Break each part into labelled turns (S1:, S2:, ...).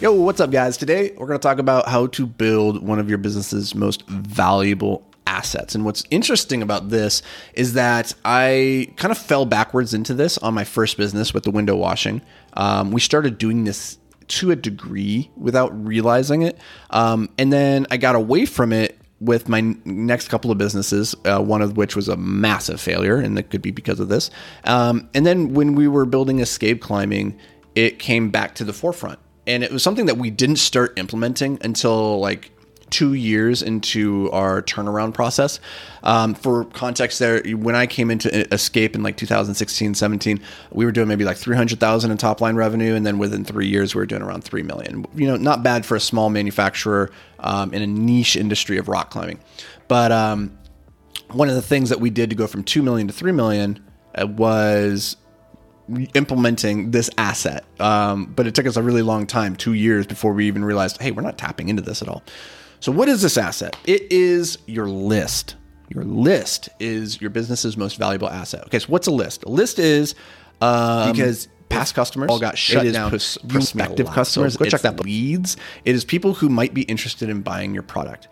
S1: Yo, what's up, guys? Today we're going to talk about how to build one of your business's most valuable assets. And what's interesting about this is that I kind of fell backwards into this on my first business with the window washing. Um, we started doing this to a degree without realizing it. Um, and then I got away from it with my n- next couple of businesses, uh, one of which was a massive failure, and that could be because of this. Um, and then when we were building Escape Climbing, it came back to the forefront. And it was something that we didn't start implementing until like two years into our turnaround process. Um, for context, there, when I came into uh, Escape in like 2016, 17, we were doing maybe like 300,000 in top line revenue, and then within three years, we were doing around three million. You know, not bad for a small manufacturer um, in a niche industry of rock climbing. But um, one of the things that we did to go from two million to three million uh, was implementing this asset. Um, but it took us a really long time, two years, before we even realized, hey, we're not tapping into this at all. So, what is this asset? It is your list. Your list is your business's most valuable asset. Okay, so what's a list? A list is um,
S2: Because
S1: past customers all got shut
S2: is
S1: down.
S2: pers-
S1: prospective
S2: personnel.
S1: customers,
S2: So go
S1: it's
S2: check that book.
S1: leads. It is people who might be interested in buying your product.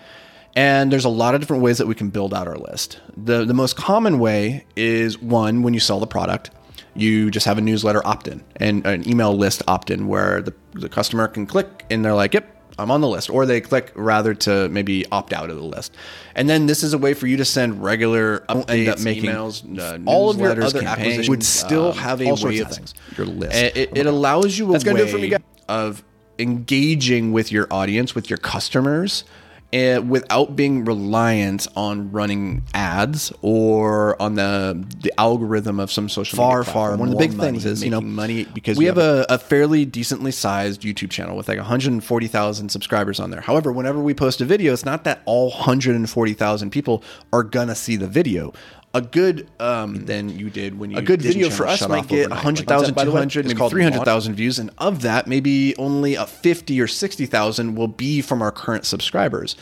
S1: And there's a lot of different ways that we can build out our list. The the most common way is one when you sell the product, you just have a newsletter opt-in and an email list opt-in where the, the customer can click and they're like, "Yep, I'm on the list," or they click rather to maybe opt out of the list. And then this is a way for you to send regular updates,
S2: end up making
S1: emails, uh,
S2: all of your
S1: newsletters,
S2: other
S1: campaigns,
S2: acquisitions,
S1: would still
S2: um,
S1: have a
S2: all
S1: way
S2: sorts
S1: of
S2: of
S1: things.
S2: things. Your list.
S1: It, it- it allows you a
S2: That's
S1: way
S2: gonna do it for me, guys.
S1: of engaging with your audience, with your customers, eh, without being reliant on running ads or on the the algorithm of some social
S2: Far,
S1: media platform.
S2: far
S1: One of the
S2: more
S1: big things
S2: money
S1: is you know
S2: making money because
S1: we
S2: you
S1: have a, a fairly decently sized YouTube channel with like 140,000 subscribers on there. However, whenever we post a video, it's not that all 140,000 people are gonna see the video. A good um,
S2: than you did when you
S1: a good
S2: did
S1: video
S2: your
S1: for
S2: channel
S1: us
S2: shut
S1: might
S2: off
S1: get
S2: overnight. Like,
S1: 100,000,
S2: by the way,
S1: 200,
S2: it's
S1: maybe
S2: called
S1: 300,000 views. And of that, maybe only a 50 or 60,000 will be from our current subscribers.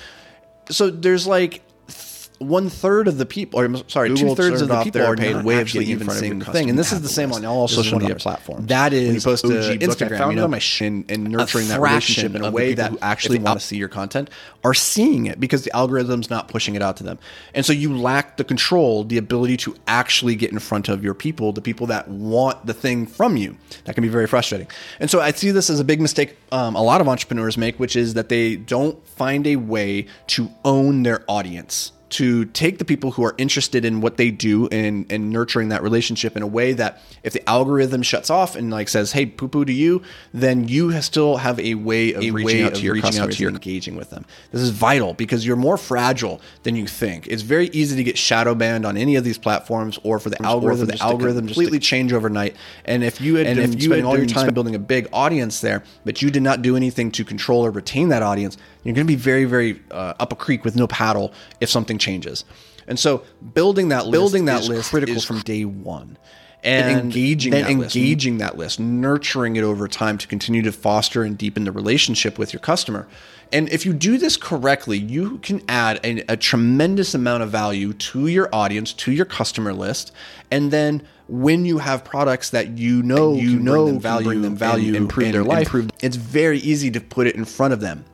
S1: So there's like th- one third of the people, or I'm sorry, two
S2: Google
S1: thirds of
S2: served
S1: the
S2: off
S1: people
S2: their
S1: are
S2: paid
S1: not
S2: way of
S1: actually
S2: getting in
S1: even
S2: front of
S1: seeing
S2: your
S1: the thing. And this
S2: customer
S1: is the same
S2: to have
S1: on
S2: the
S1: all
S2: list. This is
S1: social
S2: one of
S1: media
S2: the-
S1: platforms.
S2: that
S1: When you
S2: is
S1: post to
S2: OG book I
S1: Instagram.
S2: found
S1: you know,
S2: on
S1: my
S2: my
S1: sh-
S2: sh-
S1: and, and
S2: a
S1: nurturing that relationship
S2: fraction
S1: in a
S2: of the
S1: way
S2: people
S1: that
S2: who
S1: actually
S2: actually
S1: want
S2: opt-
S1: to see your content are seeing it because the algorithm's not pushing it out to them. And so you lack the control, the ability to actually get in front of your people, the people that want the thing from you. That can be very frustrating. And so I see this as a big mistake um, a lot of entrepreneurs make, which is that they don't find a way to own their audience. To take the people who are interested in what they do and, and nurturing that relationship in a way that if the algorithm shuts off and like says, hey, poo poo to you, then you still have a way of
S2: A
S1: reaching
S2: way
S1: out
S2: of
S1: to your
S2: reaching out
S1: customers
S2: to your
S1: and engaging with them. This is vital because you're more fragile than you think. It's very easy to get shadow banned on any of these platforms or for the algorithm.
S2: just
S1: the
S2: to
S1: algorithm
S2: just to-
S1: completely change overnight. And if you had
S2: And
S1: been
S2: if you
S1: spending
S2: had
S1: all your
S2: been
S1: time
S2: spe-
S1: building a big audience there, but you did not do anything to control or retain that audience, you're going to be very, very uh, up a creek with no paddle if something changes. And so building that list
S2: Building that
S1: is
S2: list
S1: critical
S2: is
S1: from day one. And
S2: engaging
S1: then
S2: that list.
S1: engaging engaging that list, nurturing it over time to continue to foster and deepen the relationship with your customer. And if you do this correctly, you can add a, a tremendous amount of value to your audience, to your customer list, and then when you have products that you know
S2: you
S1: you
S2: can
S1: know
S2: bring them value
S1: bring them
S2: and
S1: value
S2: improve their life.
S1: it's very easy to put it in front of them.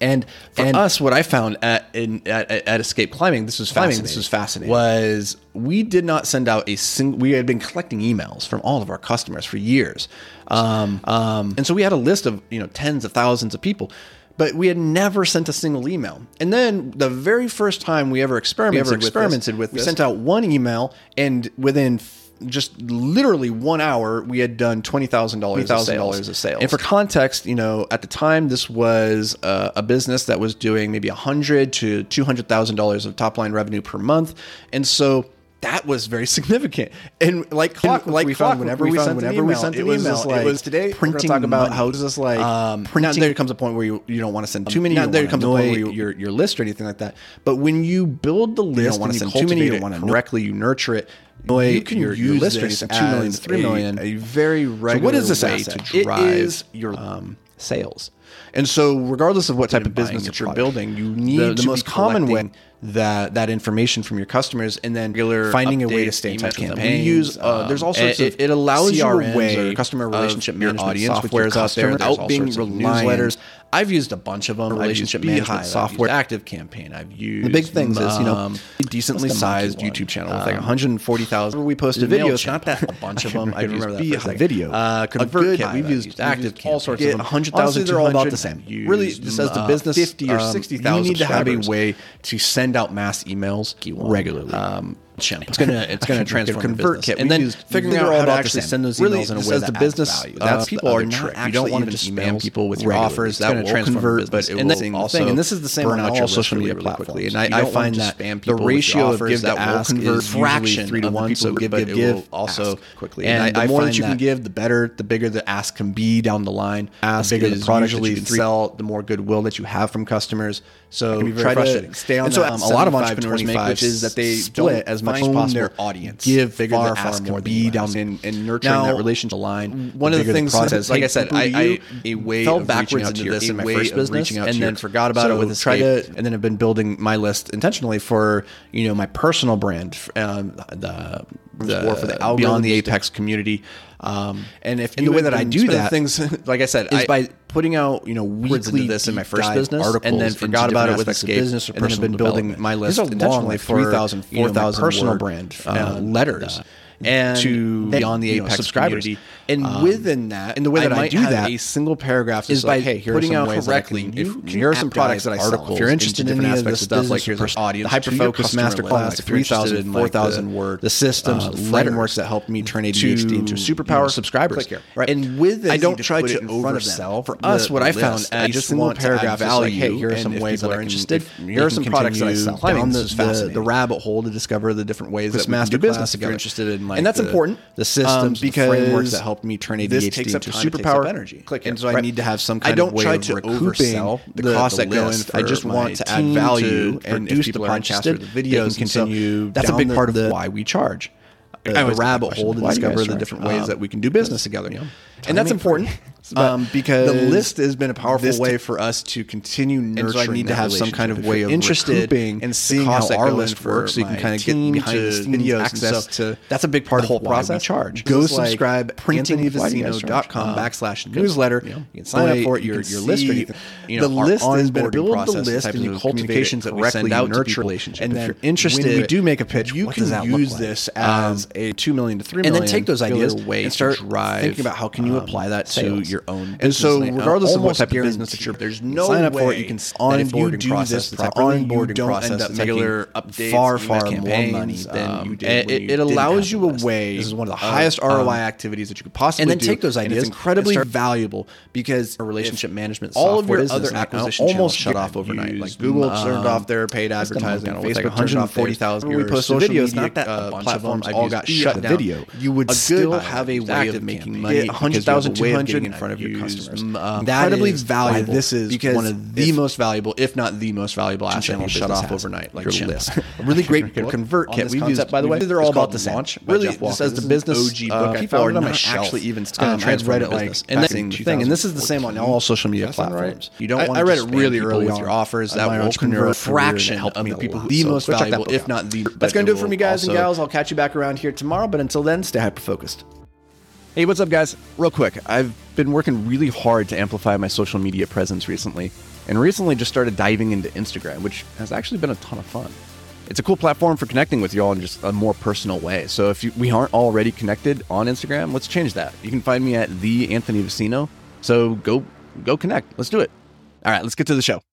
S1: And for us, what I found at in at, at Escape Climbing, this was climbing, this
S2: Fascinating.
S1: was fascinating. Was we did not send out a single. We had been collecting emails from all of our customers for years, um, um, and so we had a list of you know tens of thousands of people. But we had never sent a single email. And then the very first time we ever experimented,
S2: ever
S1: with, experimented
S2: this,
S1: with, we
S2: this.
S1: sent out one email, and within f- just literally one hour, we had done twenty thousand dollars
S2: $20,000 of sales.
S1: And for context, you know, at the time, this was uh, a business that was doing maybe a hundred to two hundred thousand dollars of top line revenue per month, and so that was very significant. And like clock,
S2: And
S1: like
S2: we
S1: clock,
S2: found whenever we,
S1: found
S2: sent an email, it was just like
S1: it was today.
S2: printing
S1: we're gonna talk about
S2: money.
S1: how does this like
S2: Um,
S1: printing.
S2: printing-
S1: Now there comes a point where you, you don't want to send too many.
S2: you
S1: Now
S2: don't
S1: there
S2: wanna
S1: comes a point where you,
S2: annoy-
S1: your your list or anything like that. But when you build the list,
S2: wanna
S1: and you
S2: send too many,
S1: cultivate
S2: you don't wanna
S1: it
S2: know-
S1: correctly, you nurture it. you can
S2: your-
S1: use
S2: your list
S1: this
S2: rates of two million
S1: as
S2: to three
S1: a-
S2: million.
S1: A very regular
S2: what is this
S1: way
S2: asset?
S1: to
S2: It
S1: drive
S2: is
S1: your sales. And so, regardless of what type of
S3: buying
S1: business
S3: your
S1: that you're
S3: product.
S1: building, you need
S3: the
S1: to
S3: most
S1: be common way
S3: collecting-
S1: that that information from your customers, and then
S3: regular
S1: finding a way to
S3: updates,
S1: stay in
S3: emails
S1: touch with
S3: with
S1: them.
S3: them.
S1: We use uh, there's all
S3: Um,
S1: sorts
S3: it-
S1: of
S3: it allows you a
S1: CRMs or
S3: way
S1: customer
S3: of
S1: relationship
S3: your
S1: management
S3: audience with your
S1: softwares out
S3: customer.
S1: there
S3: There's
S1: without
S3: all
S1: being
S3: sorts of
S1: newsletters.
S3: newsletters.
S1: I've used a bunch of them. Relationship management software, active campaign. I've used the big things is you know a Um, decently
S2: what's the monkey
S1: sized
S2: one?
S1: YouTube channel with like 140,000. We posted videos,
S3: MailChimp.
S1: not that a bunch of them.
S3: I
S1: I've
S3: couldn't
S1: used
S3: remember that for a
S1: Beehive,
S3: second.
S1: video,
S3: Uh,
S1: ConvertKit.
S3: ConvertKit,
S1: We've
S3: we've
S1: used
S3: used
S1: active,
S3: all sorts of them.
S1: 100,000.
S3: Honestly, they're all about the same.
S1: Really, just as the
S3: Um,
S1: business,
S3: 50 or
S1: um,
S3: 60,000
S1: You need to have a
S3: subscribers.
S1: way to send out mass emails regularly. Um, it's gonna it's gonna transform your
S3: ConvertKit,
S1: business.
S3: we
S1: and then
S3: used-
S1: figuring
S3: they're
S1: out
S3: all
S1: how to
S3: about the
S1: actually
S3: same.
S1: send those emails
S3: Really,
S1: in a
S3: just
S1: way
S3: as
S1: that
S3: the
S1: adds
S3: business,
S1: value.
S3: uh,
S1: That's
S3: the
S1: people are
S3: other
S1: not
S3: trick. You
S1: actually
S3: don't wanna
S1: even
S3: just spam
S1: email
S3: people with your
S1: regularly.
S3: offers.
S1: It's
S3: That
S1: gonna
S3: will
S1: transform your
S3: convert, but
S1: business.
S3: it
S1: and
S3: will
S1: then,
S3: also
S1: and this is the same
S3: burn
S1: on
S3: out
S1: all
S3: your list
S1: social
S3: really,
S1: media
S3: really
S1: platforms.
S3: quickly.
S1: And
S3: And I-
S1: I,
S3: I
S1: find
S3: find
S1: that
S3: that spam
S1: the
S3: people with your
S1: ratio of
S3: offers
S1: give
S3: that
S1: that will
S3: ask is
S1: convert
S3: usually
S1: fraction
S3: three to
S1: of the
S3: one,
S1: people
S3: so
S1: who give
S3: but
S1: give
S3: it will
S1: give
S3: also-
S1: ask quickly.
S3: and
S1: And
S3: I-
S1: the
S3: I
S1: more that
S3: find
S1: you can
S3: that-
S1: give, the better. The bigger the ask can be down the line.
S3: Ask
S1: the bigger
S3: is
S1: the product that
S3: usually
S1: you can
S3: three-
S1: sell, the more goodwill that you have from customers. So
S2: be very
S1: try
S2: frustrating.
S1: to stay on
S2: And
S1: that.
S2: so,
S1: um,
S2: um,
S1: a lot of
S2: 75,
S1: entrepreneurs make, which is that they
S2: split
S1: don't as much
S2: own
S1: as possible.
S2: their audience.
S1: give
S2: Bigger
S1: far,
S2: the
S1: far
S2: ask
S1: more
S2: can
S1: than
S2: be
S1: you
S2: down
S1: ask.
S2: in- in
S1: nurturing
S2: Now,
S1: that relationship line. One of the
S2: bigger the
S1: things
S2: process.
S1: that, like I said,
S2: People
S1: I, I
S2: you-
S1: a way
S2: fell
S1: of
S2: backwards
S1: reaching out
S2: into
S1: to your,
S2: this
S1: a
S2: in my
S1: way
S2: first
S1: of
S2: business
S1: reaching out
S2: and
S1: to your-
S2: then forgot about it
S1: So
S2: with
S1: try
S2: escape.
S1: to, and then I've been building my list intentionally for you know my personal brand, f- um, the the
S2: war for the
S1: beyond the
S2: algorithms.
S1: apex community, um, and if
S2: And
S1: you
S2: the way
S1: had
S2: that I
S1: been
S2: do
S1: spending
S2: that
S1: things like I said
S2: is
S1: I-
S2: by
S1: putting out you know weekly
S2: into this in my
S1: deep
S2: first
S1: dive
S2: business,
S1: articles
S2: and then
S1: into
S2: forgot about
S1: different
S2: it with
S1: aspects of
S2: Escape,
S1: business or
S2: and then I've
S1: personal
S2: been building
S1: development.
S2: my
S1: These
S2: list
S1: are long,
S2: intentionally
S1: like
S2: for,
S1: 3,000,
S2: you know, my
S1: 4,000
S2: personal
S1: word,
S2: brand,
S1: uh,
S2: uh,
S1: letters.
S2: uh,
S1: and
S2: to
S1: beyond the
S2: you
S1: apex
S2: know, subscribers. Um,
S1: community,
S2: And within that,
S1: and the way
S2: I
S1: that I,
S2: might
S1: do
S2: have
S1: that,
S2: a
S1: single paragraph
S2: is
S1: is
S2: by
S1: like, hey, here's
S2: putting
S1: some
S2: out
S1: ways that I
S2: correctly.
S1: can-
S2: If-
S1: you can
S2: here are some
S1: advertise
S2: products that I sell.
S1: articles
S2: If you're interested
S1: into
S2: in
S1: different
S2: any of
S1: aspects
S2: this
S1: of business,
S2: business,
S1: here's
S2: here's
S1: an audience,
S2: the
S1: to your
S2: hyperfocus
S1: customer
S2: masterclass,
S1: lens,
S2: the
S1: if you're interested
S2: 3,000,
S1: in,
S2: like,
S1: like, the-
S2: 4,000 word,
S1: the systems,
S2: uh,
S1: the
S2: letters
S1: frameworks that helped me turn ADHD into a
S2: to,
S1: superpower.
S2: you know, subscribers.
S1: Click here,
S2: Right.
S1: And with this,
S2: I don't
S1: you
S2: try
S1: put
S2: to
S1: it in front of them.
S2: oversell
S1: For
S2: the
S1: us, what I
S2: list.
S1: found
S2: I
S1: at
S2: just
S1: single
S2: want to add
S1: paragraph is like,
S2: value,
S1: hey, here are
S2: and
S1: some
S2: if
S1: ways
S2: people
S1: that
S2: are
S1: are interested.
S2: interested,
S1: Here are
S2: they
S1: some
S2: can
S1: products that I
S2: continue
S1: sell.
S2: climbing.
S1: Down the,
S2: This is
S1: the,
S2: fascinating.
S1: the rabbit hole to discover the different ways
S2: Chris
S1: that we can do
S2: Masterclass,
S1: business.
S2: if you're
S1: together.
S2: interested in, like,
S1: and that's
S2: the-
S1: important.
S2: the systems,
S1: um,
S2: the
S1: because
S2: frameworks that helped me turn
S1: This
S2: ADHT
S1: takes up
S2: into a
S1: time, it takes up
S2: superpower.
S1: energy.
S2: Click
S1: and
S2: here.
S1: so I
S2: Right.
S1: need to have some
S2: I
S1: kind
S2: don't
S1: of way
S2: try
S1: of
S2: to
S1: recouping
S2: oversell
S1: the,
S2: the-
S1: costs
S2: the
S1: that go in.
S2: list
S1: I just
S2: for
S1: want
S2: my
S1: to add
S2: team
S1: value
S2: to
S1: and
S2: produce
S1: if people
S2: the
S1: are
S2: podcast
S1: interested,
S2: or the
S1: they can
S2: videos and so
S1: continue.
S2: that's a
S1: down
S2: big
S1: the-
S2: part of
S1: the-
S2: why
S1: we charge.
S2: I
S1: The
S2: always get that
S1: rabbit
S2: question.
S1: hole to
S2: Why do you
S1: discover
S2: guys
S1: the
S2: charge?
S1: different ways
S2: Um,
S1: that we can do business together,
S2: Time
S1: and that's
S2: to make money.
S1: important
S2: But
S1: um, because
S2: the list has been a
S1: this
S2: powerful
S1: t-
S2: way
S1: for us to continue nurturing.
S2: nurturing
S1: I need to
S2: that
S1: have some kind
S2: relationship.
S1: of
S2: If
S1: way
S2: you're
S1: of
S2: interested
S1: recouping
S2: in
S1: the
S2: seeing
S1: costs
S2: how
S1: that
S2: our
S1: go
S2: list
S1: into works, so you can
S2: my
S1: kind of get
S2: team
S1: behind the
S2: to-
S1: scenes
S2: videos and
S1: access
S2: stuff.
S1: to.
S2: That's a big part of
S1: the whole
S2: why we
S1: process.
S2: charge.
S1: Go
S2: This is like
S1: subscribe
S2: printing- Why do you guys
S1: AnthonyVicino.com
S2: charge? Um,
S1: backslash newsletter.
S2: you know,
S1: You can sign up
S2: play-
S1: for it.
S2: you
S1: Your
S2: can
S1: your list or
S2: see
S1: anything. You
S2: the
S1: know, our
S2: list has been
S1: onboarding
S2: build the
S1: process,
S2: list
S1: types
S2: and
S1: of
S2: you cultivate it
S1: communications that we
S2: correctly,
S1: send out to
S2: nurture
S1: people.
S2: it. relationship.
S1: And
S2: If
S1: then
S2: you're interested
S1: when
S2: in
S1: we
S2: it,
S1: do make a pitch, you
S2: you can
S1: can
S2: use
S1: use
S2: this
S1: this
S2: as
S1: as a two million to three
S2: Um, and
S1: million,
S2: then take those ideas
S1: way
S2: and
S1: to
S2: start
S1: drive,
S2: thinking about how can you
S1: um,
S2: apply that to
S1: sales.
S2: your own
S1: And
S2: business.
S1: so,
S2: And I
S1: regardless of what
S2: almost
S1: type of business that
S2: guarantee
S1: you're, there's
S2: you
S1: no
S2: sign up
S1: way
S2: for it, you can s-
S1: that if you
S2: onboarding
S1: do
S2: process
S1: this
S2: properly,
S1: onboarding
S2: you don't
S1: process
S2: end up
S1: that's
S2: making
S1: regular updates,
S2: far, far
S1: email
S2: more
S1: campaigns,
S2: money than
S1: um,
S2: you did when
S1: It,
S2: you
S1: it
S2: didn't
S1: allows
S2: have
S1: you
S2: a
S1: a
S2: list.
S1: way.
S2: This is one of the
S1: uh,
S2: highest
S1: um,
S2: ROI activities that you could possibly and then
S1: do,
S2: take those
S1: and it's
S2: ideas
S1: incredibly
S2: and start-
S1: valuable because
S2: Or relationship management
S1: all of
S2: software
S1: your
S2: business
S1: other
S2: and
S1: acquisition
S2: almost
S1: almost shut
S2: get
S1: off overnight.
S2: used.
S1: Like Google
S2: Um,
S1: turned off their paid
S2: the
S1: advertising.
S2: amount? It's like
S1: Facebook turned off theirs. 140,000.
S2: When we
S1: Your
S2: posted
S1: social
S2: videos,
S1: media,
S2: not that a
S1: uh,
S2: bunch of
S1: platforms
S2: them I've
S1: all
S2: used
S1: got
S2: via
S1: shut
S2: the
S1: down.
S2: video.
S1: You would
S2: A
S1: still
S2: good
S1: have a
S2: active
S1: way of
S2: campaign.
S1: making
S2: Get
S1: money.
S2: 100,000,
S1: 100,000, 200
S2: 200
S1: in front of your customers.
S2: That
S1: Incredibly
S2: is
S1: valuable.
S2: why this is
S1: because
S2: one of the
S1: if- most valuable, if not the most valuable asset
S2: channel
S1: you shut
S2: business
S1: off
S2: has.
S1: overnight, like
S2: Your
S1: your
S2: channel.
S1: list. A really great
S2: Book
S1: convert
S2: on
S1: kit.
S2: this
S1: We've
S2: concept,
S1: used, by the way, they're all about the same. really, this as the business, uh, people are not actually even um, I'd read it like and that's the thing. And this is the same on all social media platforms. You don't.
S2: I-
S1: want
S2: I
S1: to
S2: read it
S1: spam
S2: really
S1: people
S2: early
S1: with
S2: on.
S1: your offers.
S2: My
S1: That will
S2: entrepreneur career,
S1: convert
S2: that
S1: fraction
S2: helped
S1: of
S2: me
S1: the
S2: a
S1: people,
S2: lot.
S1: the
S2: So
S1: most
S2: go check that
S1: valuable,
S2: book
S1: if
S2: out.
S1: not the.
S2: That's
S1: but
S2: gonna
S1: it
S2: do it for me,
S1: will
S2: guys and
S1: also-
S2: gals. I'll catch you back around here tomorrow. But until then, stay hyper focused.
S3: Hey, what's up, guys? Real quick, I've been working really hard to amplify my social media presence recently, and recently just started diving into Instagram, which has actually been a ton of fun. It's a cool platform for connecting with y'all in just a more personal way. So if you, we aren't already connected on Instagram, let's change that. You can find me at the Anthony Vecino. So go go connect. Let's do it. All right, let's get to the show.